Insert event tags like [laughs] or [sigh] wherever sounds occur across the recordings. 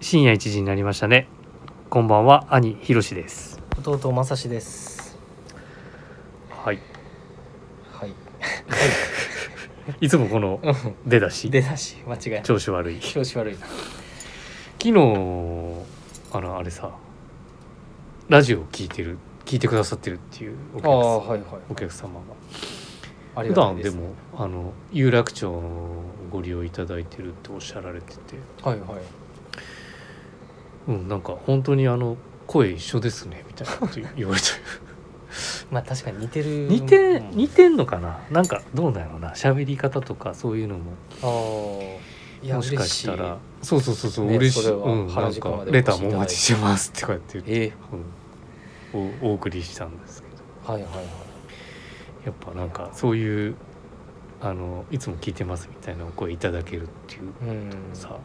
深夜1時になりましたねこんばんは兄ひろしです弟まさしですはいはいいつもこのうん出だし出だし間違いない調子悪い昨調子悪いな日あのあれさラジオを聞いてる聞いてくださってるっていうおあ客さんあはいはいお客様があり普がたい段でですもあの有楽町をご利用いただいてるっておっしゃられててはいはいうんなんか本当にあの声一緒ですねみたいなこと言 [laughs] われてまあ確かに似てる似てうん似てんのかななんかどうだろうな喋り方とかそういうのもああいやもしかした嬉らそうそうそうそう、ね嬉しい、それはうん、な原ん宿かまでお越しいただいてレターもお待ちしてますってこうやって言っいて、えうん、おお送りしたんですけどーはいはいはいやっぱなんかそういうあのいつも聞いてますみたいなお声いただけるっていううんさ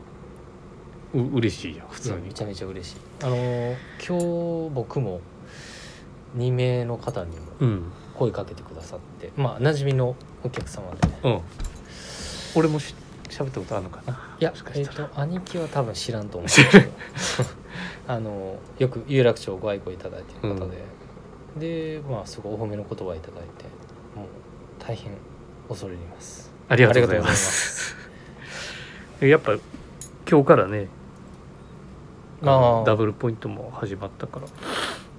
う嬉しいじゃん普い通やにめちゃめちゃ嬉しいあのー今日僕も2名の方にもうん声かけてくださってまあ馴染みのお客様でねうん俺もし喋ったことあるのかないやもしかえっ、したらと兄貴は多分知らんと思うんですけどあのよく有楽町をご愛顧いただいている方で、でまあすごいお褒めの言葉いただいてもう大変恐れ入りますありがとうございますやっぱ今日からねああダブルポイントも始まったから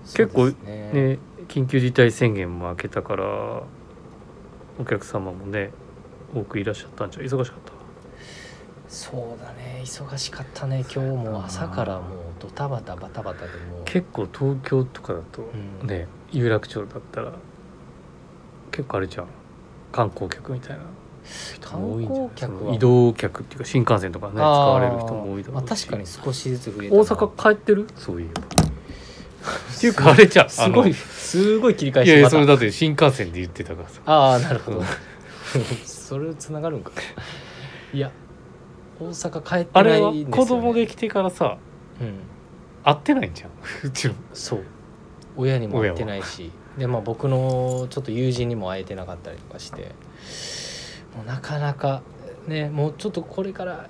そ [laughs] う結構ですねね、緊急事態宣言も明けたからお客様もね多くいらっしゃったんじゃ忙しかったそうだね忙しかったね今日も朝からもうドタバタバタバタでもう結構東京とかだとうんね、有楽町だったら結構あれじゃん観光客みたいな人も多いんじゃない観光客はその移動客っていうか新幹線とかね使われる人も多いだろうし、あーまあ、確かに少しずつ増えたな大阪帰ってるそういえばっていうかあれじゃんすごあいすごい切りの返いしやいてやまたそれだって新幹線で言ってたからさああなるほうどん [laughs] それつながるんかいや大阪帰ってあなれいはんですよ、ね、子供で来てからさうん会ってないんじゃん [laughs] うちのそう親にも会ってないしで、まあ、僕のちょっと友人にも会えてなかったりとかしてもうなかなかねもうちょっとこれから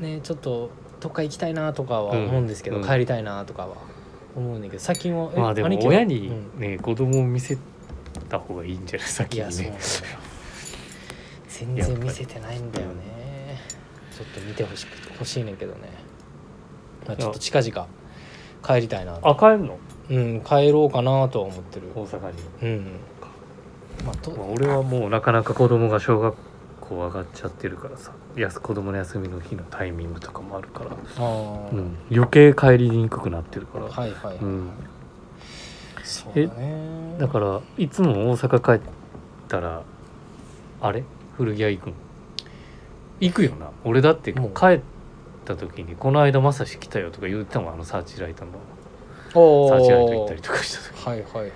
ねちょっとどっか行きたいなとかは思うんですけど、うんうん帰りたいなとかは思うんだけど最近はえまあでも兄貴は親うにんね、子供を見せた方がいいんじゃない先いやにそうなねんだよ全然見せてないんだよねちょっと見てほしく欲しいねんけどね、まあ、ちょっと近々帰りたいなとあ帰んのうん帰ろうかなとは思ってる大阪に、うんまあとまあ、俺はもうなかなか子供が小学校上がっちゃってるからさやす子供の休みの日のタイミングとかもあるから、あー、うん、余計帰りにくくなってるから、はいはい、うん、そうだねだからいつも大阪帰ったらあれ古着屋行くん行くよな俺だって帰もうった時に「この間まさし来たよ」とか言ってたもんあのサーチライトのおーサーチライト行ったりとかした時はいはいはいはい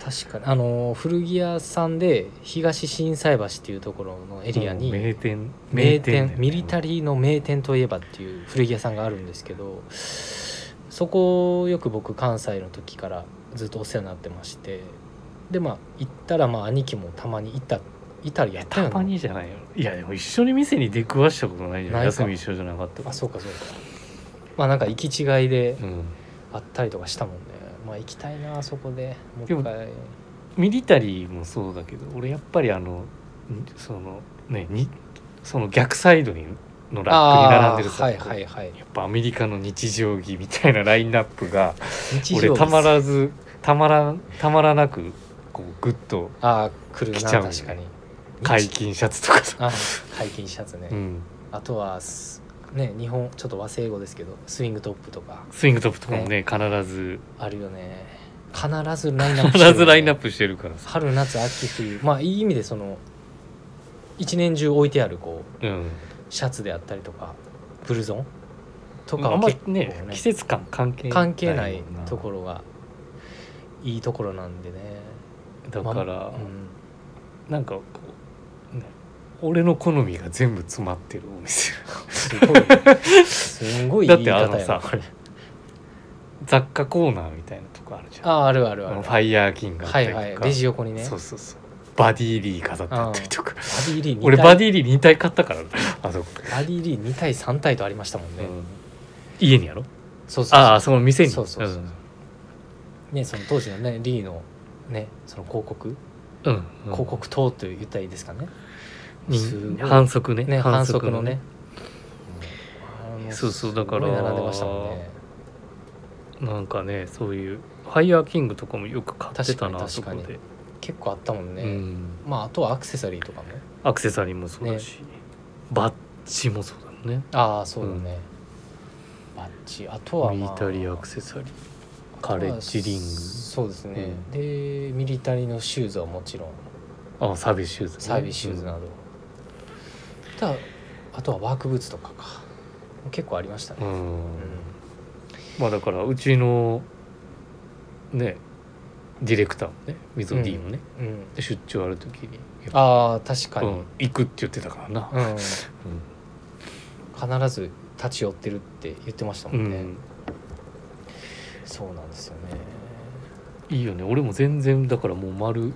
確かにあのー古着屋さんで東心斎橋っていうところのエリアに、もう名店名店ミリタリリーの名店といえばっていう古着屋さんがあるんですけどそこをよく僕関西の時からずっとお世話になってましてでまあ行ったらまあ兄貴もたまに行ったいたりやったたよまにじゃないよいやでも一緒に店に出くわしたことないじゃなんいか休み一緒じゃなかったからあそうかそうかまあなんか行き違いでうん、あったりとかしたもんねまあ行きたいなあそこでもうでも一回ミリタリーもそうだけど俺やっぱりあのんそのねにその逆サイドにのラックに並んでるあさーはいはいはいやっぱアメリカの日常着みたいなラインナップが日俺常たまらずたまらんたまらなくこうグッとああ来る来なちゃうよね確かに解禁シャツとかさ、あ解禁シャツね、うん、あとはすね日本ちょっと和製英語ですけどスイングトップとかスイングトップとかもね必ずあるよね必ずラインナップしてるよね必ずラインナップしてるからさ、春夏秋冬まあいい意味でその一年中置いてあるこうん、うシャツであったりとかブルゾンとかあはんま結り構ね季節感関係関係ないところろがいいところなんでねだから、まあうんなんかこう、ね、俺の好みが全部詰まってるお [laughs] 店すごいすん [laughs] ごい言い方やなだってあのさこれ雑貨コーナーみたいなとこあるじゃんああるあるああのるファイヤーキングあっはたりといか、はいレジ横にねそうそうそうバディリー飾ってあったりとか、バディリ [laughs] ー俺2バ対ディリー2体買ったからなあそこ、バディリー2対3対とありましたもうんね、ん、家にやろそうそうそうああその店にそうそうそうねその当時のねリーのねその広告うん、うんうん広告塔と言ったらいいですかね、にすごい反則ねね反則のね、ねあのそうそうだからすごい並んでましたもんねなんかねそういう「ファイヤーキング」とかもよく買ってたなあそ確こかにで、結構あったもんね、うん、まああとはアクセサリーとかもアクセサリーもそうだし、バッジもそうだもんねああそうだね、バッジあとは、ミまリあ、タリーアクセサリーカレッジリングそうですね、うんでミリタリーのシューズはもちろんあサービスシューズ、ね、サービスシューズなど、ただあとはワークブーツとかか結構ありましたうね、ん、うんまあだからうちのねディレクターもね溝 D もね、うん出張ある時にやっああ確かぱ、に、うん、行くって言ってたからな、うん必ず立ち寄ってるって言ってましたもうんんね、そうなんですよねいいよね俺も全然だからもう丸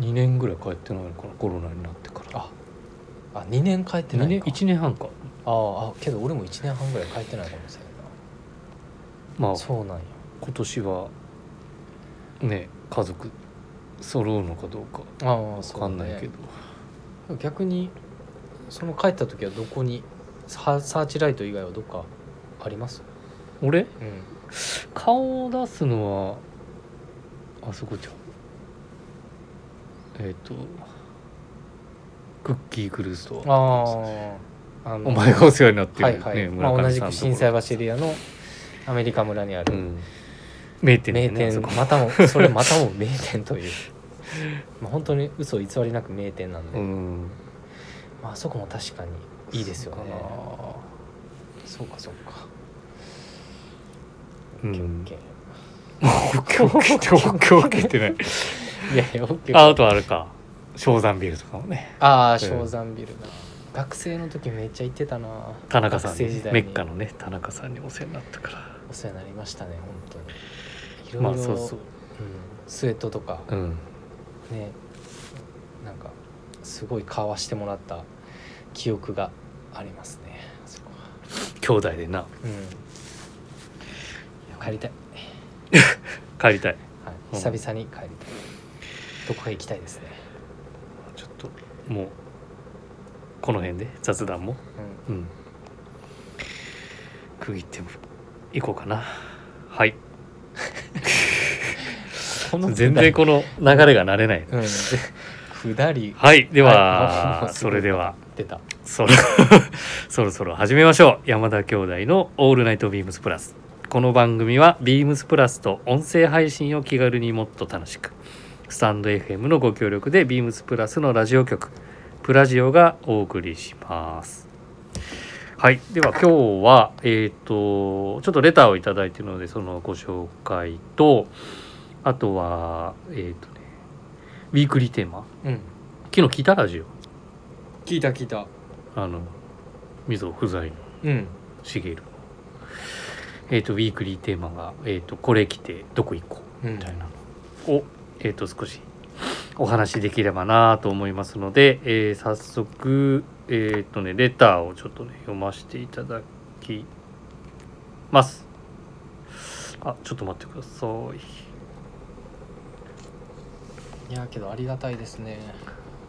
2年ぐらい帰ってないのかなコロナになってからああ2年帰ってな2い年か1年半かあーあけど俺も1年半ぐらい帰ってないかもしれないまあなそうなんや今年はね家族揃うのかどうかああ分そうかだんねないけど、逆にその帰った時はどこにササーチライト以外はどっかあります、俺うん、顔を出すのはあそこちゃうえっ、とクッキークルーズとあああのお前がお世話になってる、はいねはい、村まあ、同上じさんくとこ心斎橋エリアのアメリカ村にあうるん、名店だ名よねあ店、そこまたもそ [laughs] れまたも名店というまあ本当に嘘偽りなく名店なんで、うんまああそこも確かにいいですよねあそうかそうかーうオッケーオんオッケーッケオッケーってオッケーオッケーってないー [laughs] いやいやオッケーああとあれか昇山ビルとかもねああ昇山ビルな、学生の時めっちゃ行ってたな田中さんに学生時代メにッカのね田中さんにお世話になったからお世話になりましたね本当にいろいろ、まあそうそううん、スウェットとかうんねなんかすごい買わしてもらった記憶がありますねあそこは兄弟でなうんいや帰りたい、帰りたいはい、うん久々に帰りたいどこか行きたいですね、ちょっともうこの辺で雑談もうん、うん区切っても行こうかなはいこの全然この流れが慣れないうんで下りはいではいもはうすそごいれでは出たそろ [laughs] そろそろ始めましょう山田兄弟の「オールナイトビームスプラス」この番組はビームスプラスと音声配信を気軽にもっと楽しくスタンド FM のご協力でビームスプラスのラジオ局プラジオがお送りしますはいでは今日はえっ、とちょっとレターを頂いただいているのでそのご紹介とあとはえっ、とねウィークリーテーマうん昨日聞いたラジオ聞いた聞いたあの溝不在のうんしげるえっ、とウィークリーテーマが「えー、とこれ来てどこ行こう」みたいなのを、えー、と少しお話しできればなと思いますので、えー早速えっ、とねレターをちょっとね読ませていただきますあちょっと待ってくださいいやけどありがたいですね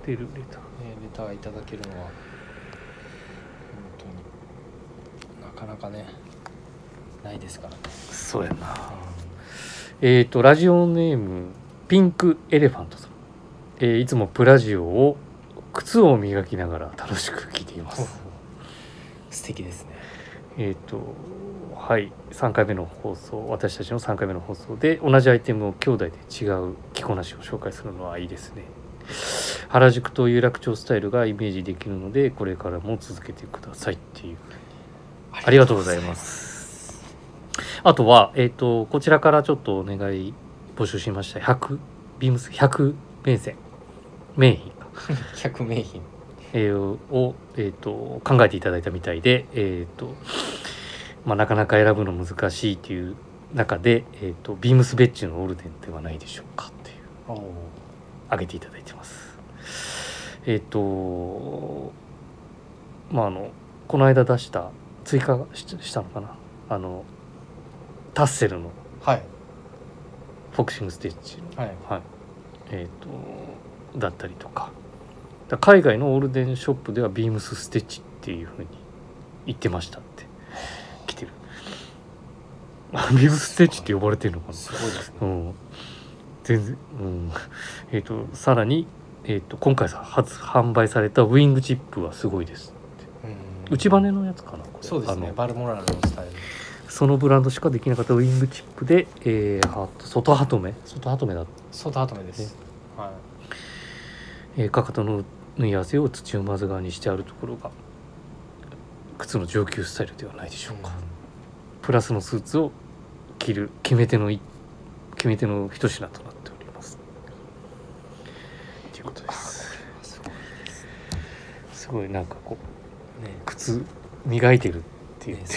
出るレターね、レターいただけるのは本当になかなかねないですからね、そうやなえっ、とラジオネームピンクエレファントさん、えーいつもプラジオを靴を磨きながら楽しく聞いていまうすん素敵ですねえっ、とはい3回目の放送私たちの3回目の放送で同じアイテムを兄弟で違う着こなしを紹介するのはいいですね原宿と有楽町スタイルがイメージできるのでこれからも続けてくださいっていうありがとうございます。あとは、えっ、と、こちらからちょっとお願い募集しました。100、ビームス100名線、名品か百名品えーを、えっ、と、考えていただいたみたいで、えっ、と、まあ、なかなか選ぶの難しいという中で、えっ、と、ビームスベッチのオールデンではないでしょうかっていう、おおあげていただいてます。えっ、とまああのこの間出した追加ししたのかなあのタッセルのはいフォクシングステッチはいはいえー、とだったりとかだ海外のオールデンショップではビームスステッチっていうふうに言ってましたって来てるあビームスステッチって呼ばれてるのかすごいですねなうん全然うんえっ、とさらに、えー、と今回さ初販売されたウィングチップはすごいですうん内羽のやつかなこれそうですねあのバルモラルのスタイルそのブランドしかできなかったウィングチップで、えー、は外ハトメ外ハトメだった外ハトメですはえーかかとの縫い合わせを土をまず側にしてあるところが靴の上級スタイルではないでしいょうか、プラスのスーツを着る決め手のい決め手の一品となっておりますということですすすごいなんかこねう靴磨いてるって言ねって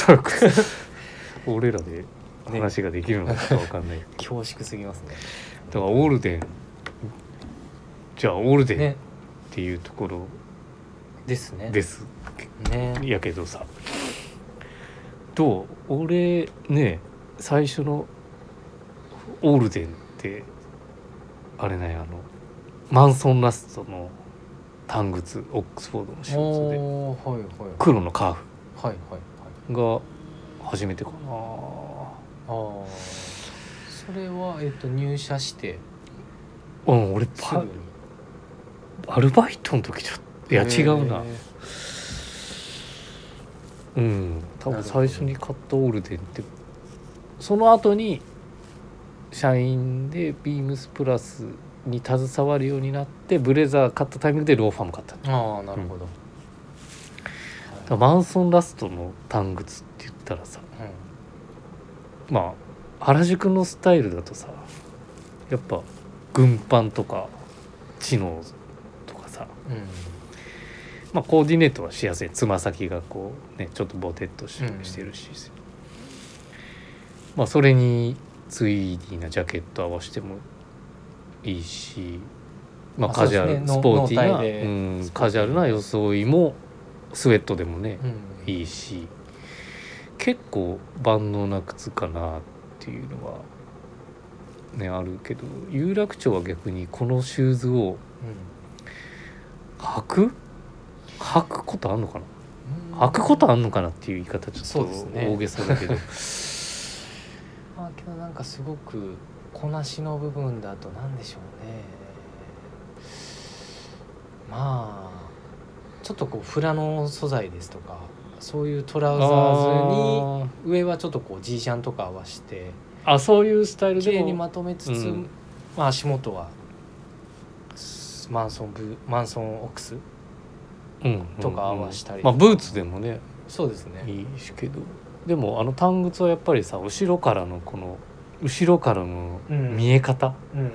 そるうから、靴 [laughs] 俺らでね話ができるのかわかんない、恐縮すぎますねだからオールデンじゃあオールデンっねていうところですねですねやけどさどう俺ね最初のオールデンってあれねあのマンソン・ラストの短靴オックスフォードのシューズでおおはいはい黒のカーはいはいはいフが初めてかなああそれはえっと入社してうん俺すパぐにアルバイトの時ちょっといやへ違ーうなうん多な分るほど最初に買ったオールデンってその後に社員でビームスプラスに携わるようになってブレザー買ったタイミングでローファーも買っただかああなるほど、らマンソンラストの短靴って言ったらさはいまあ原宿のスタイルだとさやっぱ軍パンとか知能とかさ、うんうんまあ、コーディネートはしやすいつま先がこうねちょっとボテッとしうんしてるし、まあそれにツイーディーなジャケット合わせてもいいし、まあ、あカジュアそうル、ですねスポーティーノーなタイでうん、カジュアルな装いもスウェットでもね、うんいいし結構万能な靴かなっていうのはねあるけど有楽町は逆にこのシューズを履く履くことあんのかなうん履くことあんのかなっていう言い方ちそょうっですとね大げさだけ [laughs] ど、まあけどなんかすごくこなしの部分だとなんでしょうねまあちょっとこうフラの素材ですとかそういうトラウザーあーズに上はちょっとこう G シャンとか合わせてあそういうスタイル綺で麗にもまとめつつ、うんまあ足元はスマンソンブマンソンオックスうんうんうんとか合わせたりまあブーツでもねそうですねいいしけどでもあの短靴はやっぱりさ後ろからのこの後ろからのうん見え方、うん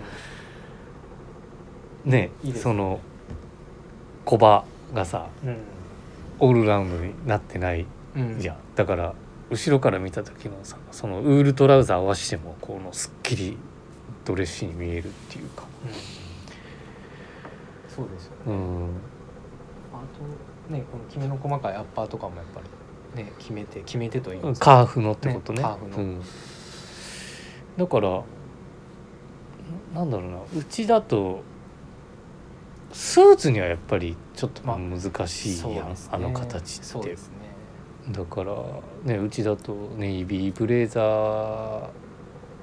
ねいいですねそのコバがさうんオールラウンドになってないうんじゃん、だから後ろから見た時のさそのウールトラウザー合わせてもこのすっきりドレッシーに見えるっていうか。うんそうですよねうんあとねこのきめの細かいアッパーとかもやっぱりね決めて決めてと言いますかカーフのってことねねカーフのうん、だからななんだろうなうちだとスーツにはやっぱりちょっとまあ難しいやん、あの形そっうてですねだからねうちだとネイビーブレザー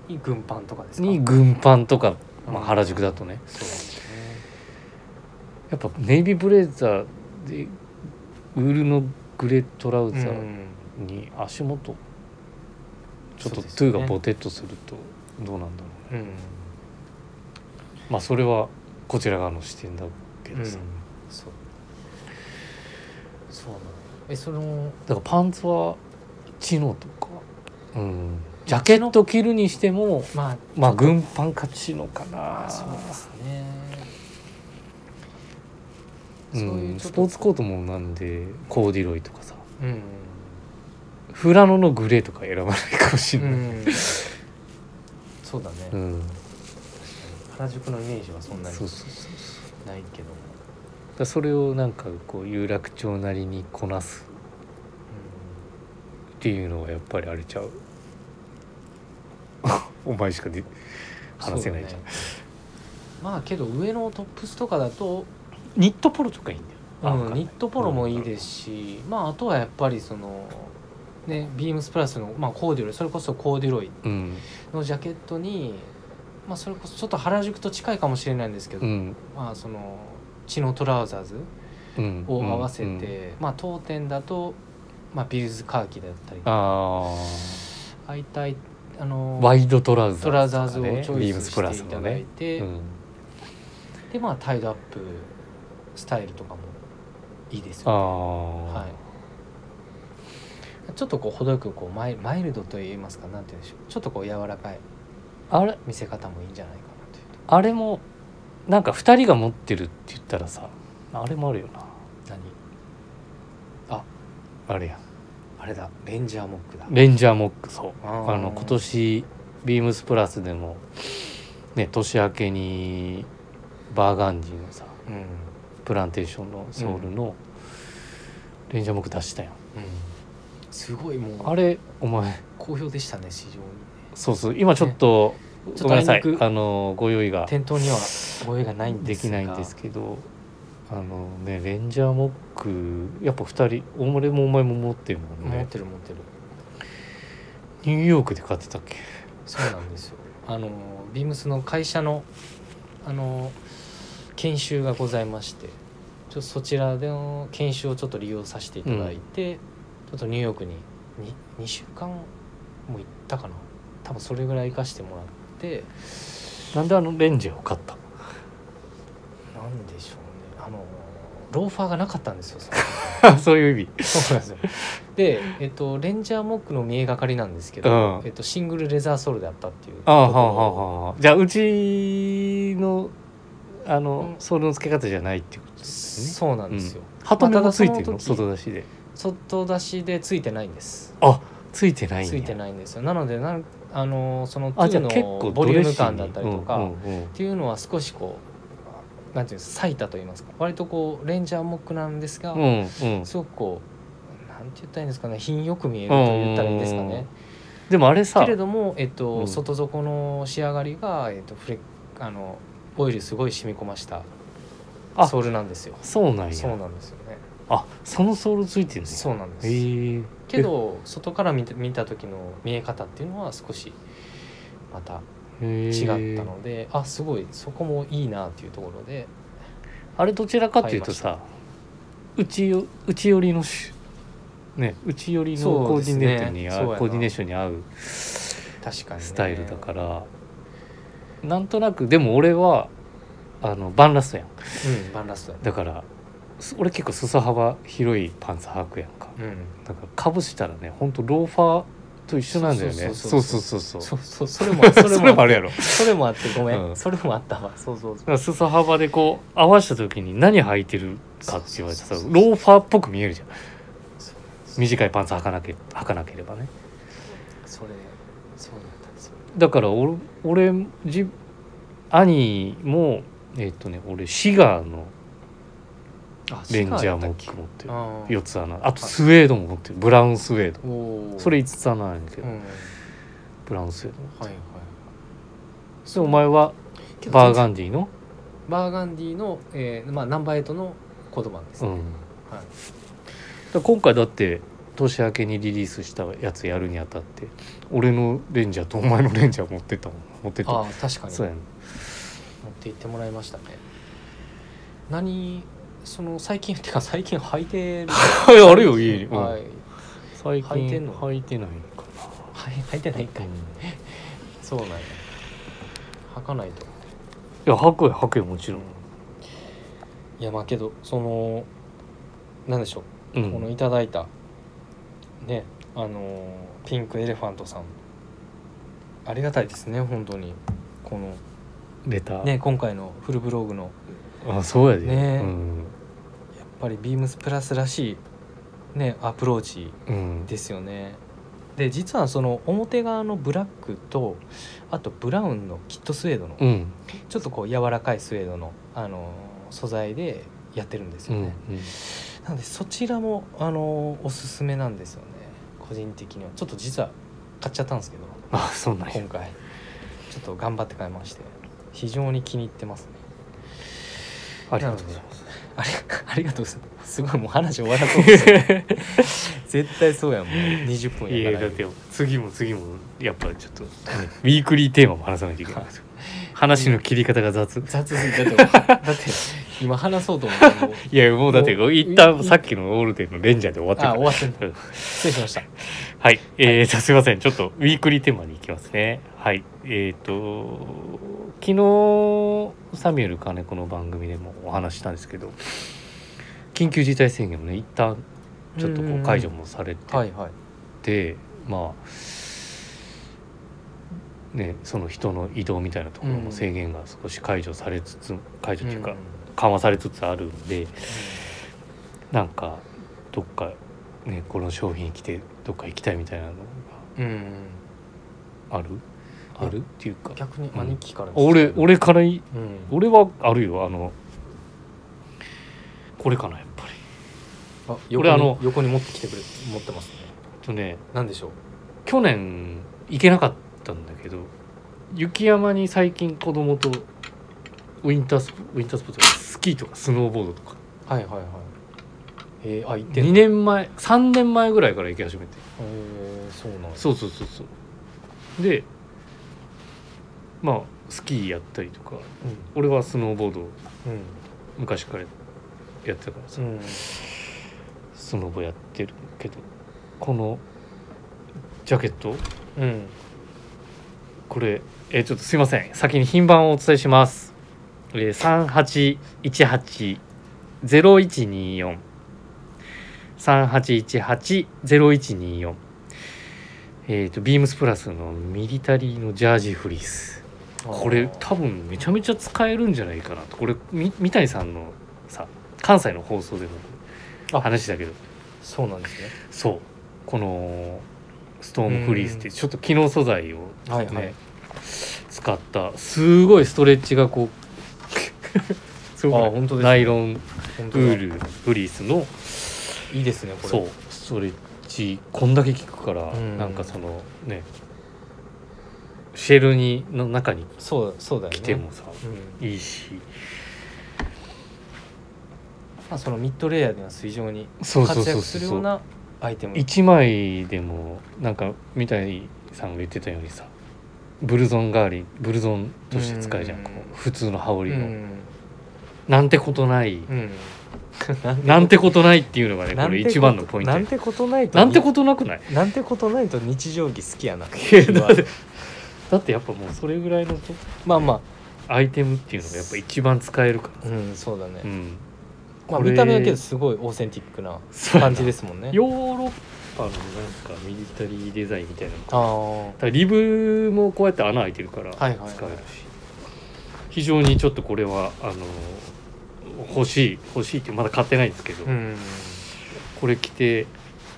いい軍パンとかですかに軍パンとか、まあ、うん原宿だとねそうですねやっぱネイビーブレザーでウールのグレートラウザうーんに足元ちょっそとうトですゥよねーがボテッとするとどうなんだろうねうんまあそれはこちら側の視点だけうどんさ、そうそうなのえそのだからパンツはチノとか、うん、ジャケット着るにしてもまあまあ軍パンかチノかなそうですねうそういんうちスょっポーとツコートもなんでコーディロイとかさうんフラノのグレーとか選ばないかもしうれない、 [laughs] んそうだねうん原宿のイメージはそんなにそうそうそうそうないけどらそれをなんかこう有楽町なりにこなすっていうのはやっぱりあれちゃう [laughs] お前しかで話せないじゃん、そうねまあけど上のトップスとかだと、ニットポロとかいいんだよあわうかん、んないニットポロもいいですし、まああとはやっぱりそのねビームスプラスの、まあ、コーデュロイそれこそコーデュロイうんのジャケットに、まあ、それこそちょっと原宿と近いかもしれないんですけど、うんまあその血のトラウザーズうんを合わせて、うんうんまあ当店だと、まあ、ビルズカーキだったりあああいったいあのーワイドトラウザーズトラウザーズをとかねチョビーイムススプラしスていたのだいね、て、うん、でまあタイドアップスタイルとかもいいですあよ、あ、はい、ちょっとこう程よくこうマイマイルドといいますかなんて言うんでしょうちょっとこう柔らかいあれ見せ方もいいんじゃないかなというとあれもなんか2人が持ってるって言ったらさあれもあるよな何あれやあれだレンジャーモックだレンジャーモックそうあーあの今年ビームスプラスでもね年明けにバーガンジーのさうん、うん、プランテーションのソールのレンジャーモック出したやん、すごいもうあれお前好評でしたね市場にそうそう今ちょっと、ちょごっめんとあないさいにくあのご用意が店頭にはご用意がないんでですきがないんですけどあのねレンジャーモックやっぱ2人俺もお前も持ってるもん持っねてる持ってるニューヨークで買ってたっけそうなんですよあのビームスの会社のあの研修がございましてちょっとそちらでの研修をちょっと利用させていただいて、ちょっとニューヨークに 2, 2週間も行ったかな多分それぐらい行かしてもらってなんであのレンジャーを買ったのなんでしょうねあのローファーがなかったんですよ [laughs] その [laughs] あそういう意味。そうなんですよで、えっと、レンジャーモックの見えがかりなんですけうど、んえっと、シングルレザーソールだったっていうああはところあはあはあ。じゃあうちのあの、うんソールの付け方じゃないっていうことですね。そうなんですよ、ハトメもついてまあただるそのの時外出しで。外出しでついてないんですあついてないんや。ついてないんですよなのでなあのーそのあじゃあ2結構のボドリレュッームシー感にだったりとか、うんうっんうんていうのは少しこうなんていうんですか咲いたと言いますか割とこうレンジャーモックなんですが、うんうんすごくこうなんて言ったらいいんですかね品よく見えると言ったらいいんですかね。でもあれさけれども、えっとうん外底の仕上がりが、えっと、フレあのオイルすごい染み込ましたあソールなんですよ。そうなんそうや。なんですよね。あそのソールついてるね。そうなんです。へえ。けど外から見て見た時の見え方っていうのは少しまたえ違った。ので、あすごいそこもいいなっていうところであれどちらかというとさうちようち寄りのしねうち寄りのコそーうでディすネねートにそうや合うなコーディネーションに合う。確かに、ね、スタイルだから、なんとなくでも俺はあのバンラストやんうんバンラストだねだからす俺結構裾幅広いパンツ履くやんかうんだからかぶしたらねほんとローファーと一緒なんだよねそそううそそううそうそうそ [laughs] そうそうそれもれもあるやろだかそれもあってごめん、うんそれもあったわそうそうそうら裾幅でこう合わした時に何履いてるかって言われてさそうロそうそうそうーファーっぽく見えるじゃんそう短いパンツ履かなけ履かなければねそれそうだったんですよだから俺俺じ兄もえっ、とね俺シガーのあレンジャーシガだモっッたっク持ってるけ4つ穴あとスウェードも持ってるブラウンスウェードあーおーそれ5つ穴なんやけうど、んはいブラウンスウェードはいでお前はけどバーガンディの、バーガンディの、えーまあ、ナンバーエイトのコードバンです、うねん、はいだ今回だって年明けにリリースしたやつやるにあたって俺のレンジャーとお前のレンジャー持ってったもん持ってったああ確かにそうやね持って行ってもらいましたね何その最近 [laughs] ってか最近履いてるはい [laughs] あるよ家に、うんはい最近履いてんの履いてないかはい履いてなないかいうんいそうなんや履かないとや履くよ履くよもちろん、いやまあけどそのなんでしょうう、このん、いただいたねあのーピンクエレファントさんありがたいですね本当にこのレター、ね今回のフルブログのあそうやで、ねうんやっぱりビームスプラスらしいねアプローチうん、ですよねで実はその表側のブラックとあとブラウンのキットスウェードのうんちょっとこう柔らかいスウェードの、あのー素材でやってるんですうよんうんね、なのでそちらもあのおすすめなんですよね個人的にはちょっと実は買っちゃったんですけどあそうなんや今回ちょっと頑張って買いまして非常に気に入ってますねありがとうございますあれ [laughs] ありがとうございますすごいもう話終わらそうですね [laughs] 絶対そうやもん20分いややかだらって次も次もやっぱちょっと、ねウィークリーテーマも話さなきゃいけないですよ話の切り方が雑雑すぎだってだって今話そうと思ったらもういやもうだってもう一旦さっきのオールデンのレンジャーで終わってるあか終らわってんうんだ失礼しましたはいえー、じゃあすいませんちょっとウィークリーテーマに行きますねはいえっ、と昨日サミュエル金子の番組でもお話ししたんですけど緊急事態宣言もね一旦ちょっとこう解除もされてはいはいでまあねその人の移動みたいなところうもん制限が少し解除されつつ解除っていうか緩和されつつあるんでなんかどっかねこの商品来てどっか行きたいみたいなのうん、うんがあるいあやるっていうか逆に兄貴から、俺、俺からいうん、俺はあるよあのこれかなやっぱり。あ横俺にあの横に持ってきてくれ持ってますねえっとねなんでしょう去年行けなかったんだけど雪山に最近子供とウィンタースポウィンタースポーツじゃないスキーとかスノーボードとかはいはいはいえー、あ行ってん2の年前3年前ぐらいから行き始めてえー、そうなんやそうそうそうそうでまあスキーやったりとか俺はスノーボードうんうん昔からやってたからさ、うんスノボやってるけどこのジャケットうんこれ、えーちょっとすいません先に品番をお伝えします、えー、3818-0124 3818-0124えっ、とビームスプラスのミリタリーのジャージフリースこれ多分めちゃめちゃ使えるんじゃないかなとこれみ三谷さんのさ関西の放送でもあ話だけどそうなんですねそうこのストームフリースってちょっと機能素材をはねいはい使ったすごいストレッチがこう [laughs] すごくないあ本当ですねナイロンウ本当だールフリースのいいですねこれそうストレッチこんだけ効くからうんなんかそのねシェルにの中にそうそうだよね着てもさうんいいしまあ、そのミッドレイヤーでは非常にそうそう活そう躍するよそううなアイテム1枚でもなんか三谷さんが言ってたようにさブルゾン代わりブルゾンとして使えるじゃんうんこう普通の羽織うのん、なんてことないうん、なんてことないっていうのがねこれ一番のポイントなんてことないとなんてこととなくないなんてことないと日常着好きやなだってだってやっぱもうそれぐらいのとまあまアイテムっていうのがやっぱ一番使えるかあうんそうだね、ら、うん、まあこれ見た目だけですごいオーセンティックなそうや感なじですもんねヨーロッパのなんかミリタリーデザインみたいなのあだあからリブもこうやって穴開いてるから使はえいるし、はいはい非常にちょっとこれはあの欲しい欲しいってまだ買ってないんですけど、うんこれ着て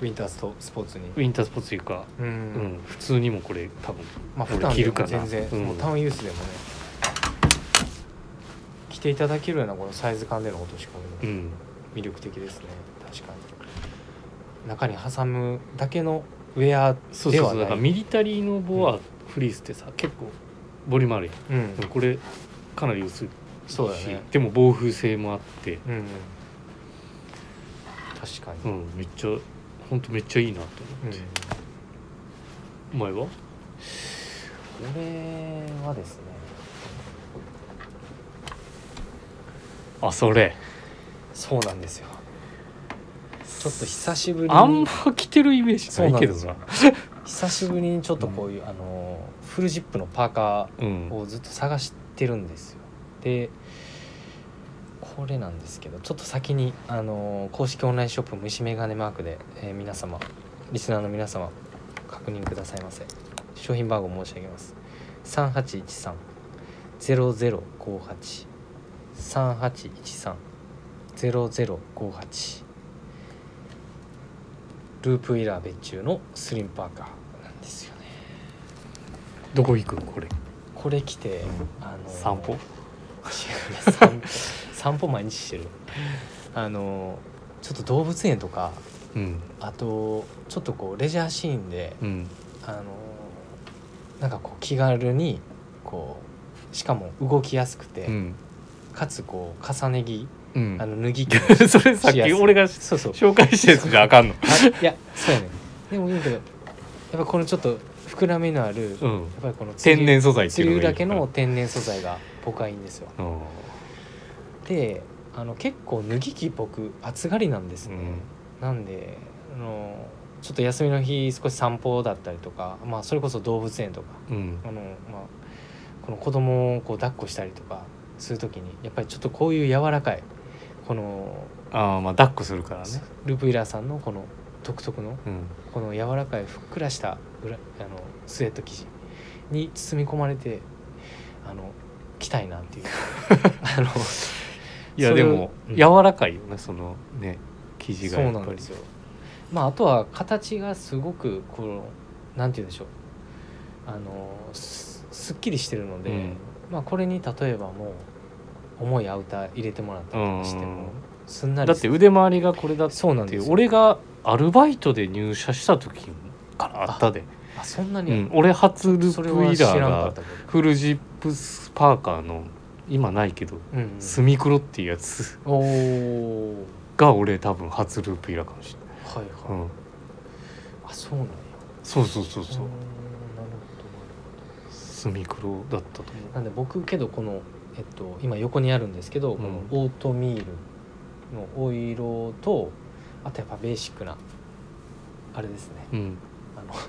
ウィンターストスポーツにウィンタースポーツというか、うん、うん普通にもこれ多分まあ俺普段着でるかもな全然、うんもうタウンユースでもね着ていただけるようなこのサイズ感での落とし込みもうん魅力的ですね確かに中に挟むだけのウェアそうでそうはそなういだからミリタリーのボアフリースってさ、結構ボリュームあるやんうんでもこれかなり薄いしそうだねでも防風性もあって、うん確かに、ううんん、めっちゃほんとめっちゃいいなと思って、お前は俺はですねあそれそうなんですよちょっと久しぶりにあんま着てるイメージないけどそなう久しぶりにちょっとこういう、あのフルジップのパーカうんーをずっと探してるんですよでこれなんですけどちょっと先に、あの公式オンラインショップ虫眼鏡マークで、えー皆様リスナーの皆様確認くださいませ商品番号申し上げます3813-0058 3813-0058ループイラー別注のスリムパーカーなんですよねどこ行くんこれこれ着て、あの散歩違う散歩散歩毎日してるあのちょっと動物園とかうんあとちょっとこうレジャーシーンでうんあのなんかこう気軽にこうしかも動きやすくて、うんかつこう重ね着うんあの脱ぎ着 [laughs] それさっしやきすい俺がしそうそう紹介したやつじゃあかんのあいやそうやねんでもいいけどやっぱこのちょっと膨らみのある、うやっんぱりこのつゆ天然素材ってついうゆのがいだいかけらの天然素材が僕はいいんですようんであの結構脱ぎ着僕暑がりなんですうね、んなんであのちょっと休みの日少し散歩だったりとか、まあ、それこそ動物園とかうんあの、まあ、この子供をこう抱っこしたりとかするときにやっぱりちょっとこういう柔らかいこのああまあ抱っこするからねルプイラーさんのこの独特のうんこの柔らかいふっくらした裏あのスウェット生地に包み込まれてあの着たい [laughs] なっていうあのいやそれでをもうん柔らかいよねそのね生地がそやうっなぱんりですよまああとは形がすごくこのなんて言うんでしょうあのすすっきりしてるので、うんまあこれに例えばもう重いアウター入れてもらったりとかしてうんもすんなりだって腕回りがこれだっそうなんてでいうすよ俺がアルバイトで入社した時からあったであそんなうに、ん俺初ルそプれイは知らラーんかっがたけどフルジップスパーカーの今ないけど、うんうんスミクロっていうやつおおが俺多分初ループイラーかもしはいれな、はいい、うん、あそうなんやそうそうそうそううーんなるほどなるスミクロだったとほどなんで僕けどこの、えっと、今横にあるんですけど、んこのオートミールのお色とあとやっぱベーシックなあれですね思う、 [laughs] うん、あの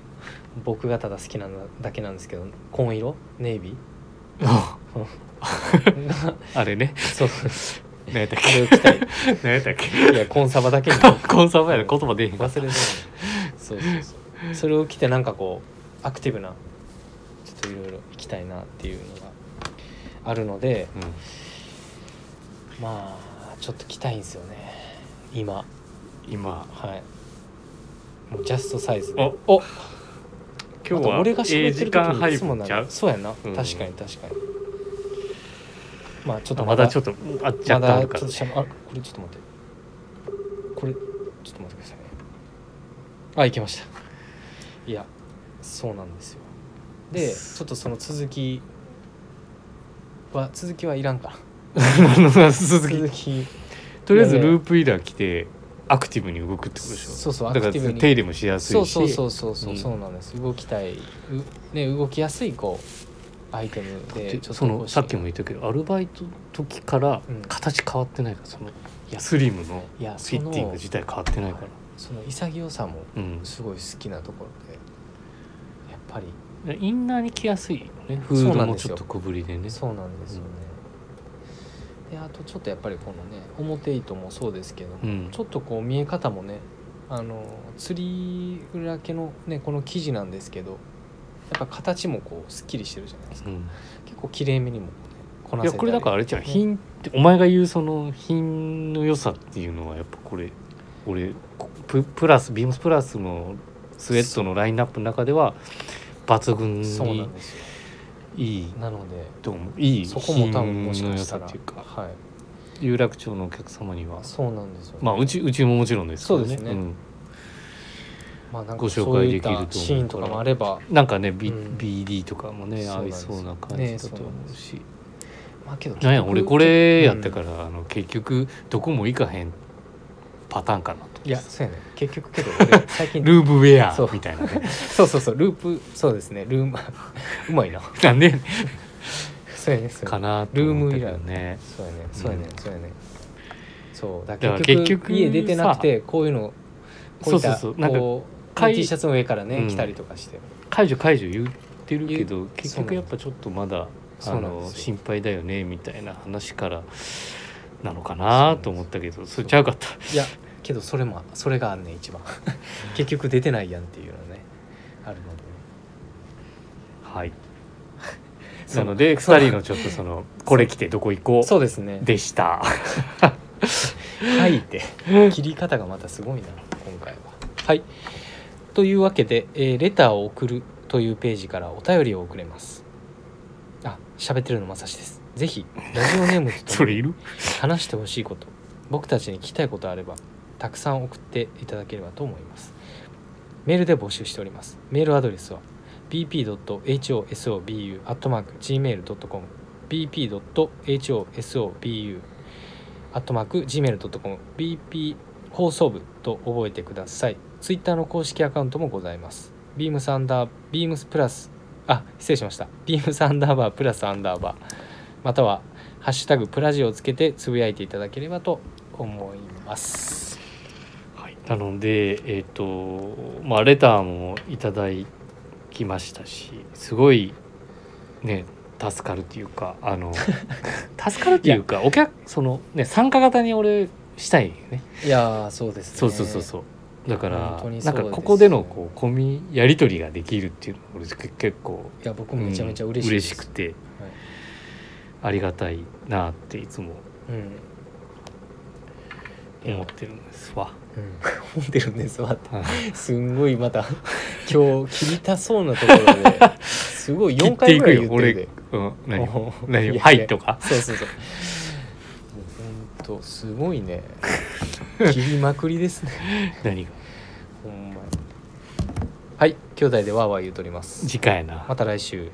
僕がただ好きなだけなんですけど紺色ネイビあー [laughs] があれねそう何やったっあれを着たいけ [laughs] 何やったっいやコンサバだけにけコンサバやで言葉出えへんかった忘れそうそうそうそうそれを着てなんかこうアクティブなちょっといろいろ行きたいなっていうのがあるのでうんまあちょっと着たいんですよね今今はいもうジャストサイズでおお今あ日とは俺がええ喋って時る時間に配いつも分なちゃうるそうやなうん確かに確かにまあちょっとまだちょっとあっちゃまったあだるちから、ょっとね [laughs] しゃべあこれちょっと待ってこれちょっと待ってくださいねあいけましたいやそうなんですよでちょっとその続きは続きはいらんか鈴な木続きとりあえずいやいやループイラー来てアクティブに動くってことでしょそうそうだかアらクテ手ィブに入れもしやすそいうしそうそうそうそううんそうなんです動きたいうね動きやすいこうアイテムででちょっとそこのうさっきも言ったけどアルバイトの時からうん形変わってないからそのいやスリムのいやフィッティング自体変わってないからその潔さもうんすごい好きなところでやっぱりインナーに着やすいよねフそーうなドんもですちょよっと小ぶりでねそうなんですよね、であとちょっとやっぱりこのね表糸もそうですけども、うんちょっとこう見え方もねあの釣り裏系のねこの生地なんですけどやっぱ形もこうすっきりしてるじゃないですか、うん結構綺麗めにもねこないせやたりこれだからあれじゃんね品ってお前が言うその品の良さっていうのはやっぱこれ俺こププラスビームスプラスのスウェットのラインナップの中では抜群そうなにんですよいいなのでと思ういいそこも多分品もしのか良しさたらっていうかはい有楽町のお客様にはそうなんですよ、ねまあうちうちももちろんですけどねそうですねんまあなんごか紹そう介いでっきると思うたシーンとかもあればなんかね、B うん BD とかもねそうなん合でいすそうな感じだと思うし、まあけど、なんや俺これやったからら、あの結局どこも行かへんパターンかなとうんいやそうやね結局けど俺 [laughs] 最近ルーブウェそアうみたいなね [laughs] そうそうそうループそうですねルームうまいななんでそうやねそうやかねなと思ったけルーどムねそうやねそうやね、うんそうやねそうだだかからら結局結局家出てなくてこういうのこういったそうそうそうなんかこうかい T シャツの上からね、うん着たりとかして解除解除言ってるけど結そうな局んですやっぱちょっとまだあそうなんですのよ心配だよねみたいな話からなのかなと思ったけどそれちゃうかったいやけどそれもそれがあんねん [laughs] 一番結局出てないやんっていうのねあるのでねはいそうなのでそう2人のちょっとそのこれ着てどこ行こそうですねうでしたはいって切り方がまたすごいな今回は。はいというわけで、えーレターを送る」というページからお便りを送れます。あ喋ってるのまさしです。ぜひラジオネームと [laughs] そともれいにる話してほしいこと僕たちに聞きたいことあればたくさん送っていただければと思いますメールで募集しておりますメールアドレスは bp.hosobu.gmail.com bp.hosobu.gmail.com bp 放送部と覚えてくださいツイッターの公式アカウントもございますビームサンダービームスプラスあ失礼しましたビームサンダーバープラスアンダーバーまたはハッシュタグプラジをつけてつぶやいていただければと思いますはい、なので、えっとまあ、レターもいただきましたしすごい、ね、助かるというかあ [laughs] の助かるというかお客その、ね、参加型に俺したいよね。いやーそうですねそうそうそうそうだから本当にそなうんでかすここでのこうコミやり取りができるっていうのが俺け結構いや僕もめちゃめちゃ嬉しいうんで嬉すしくてありがたいなっていつもうん思ってるんですわ。うん、んでるんですわってはいすんごいま [laughs] た今日切りたそうなところですごい4回ぐらい言 [laughs] ってるで俺、うん、何をお何いをやはいとかそうそうそうもうほんとすごいね切りまくりです [laughs] ね何がほんまにはい兄弟でわーわー言うとります次回やなまた来週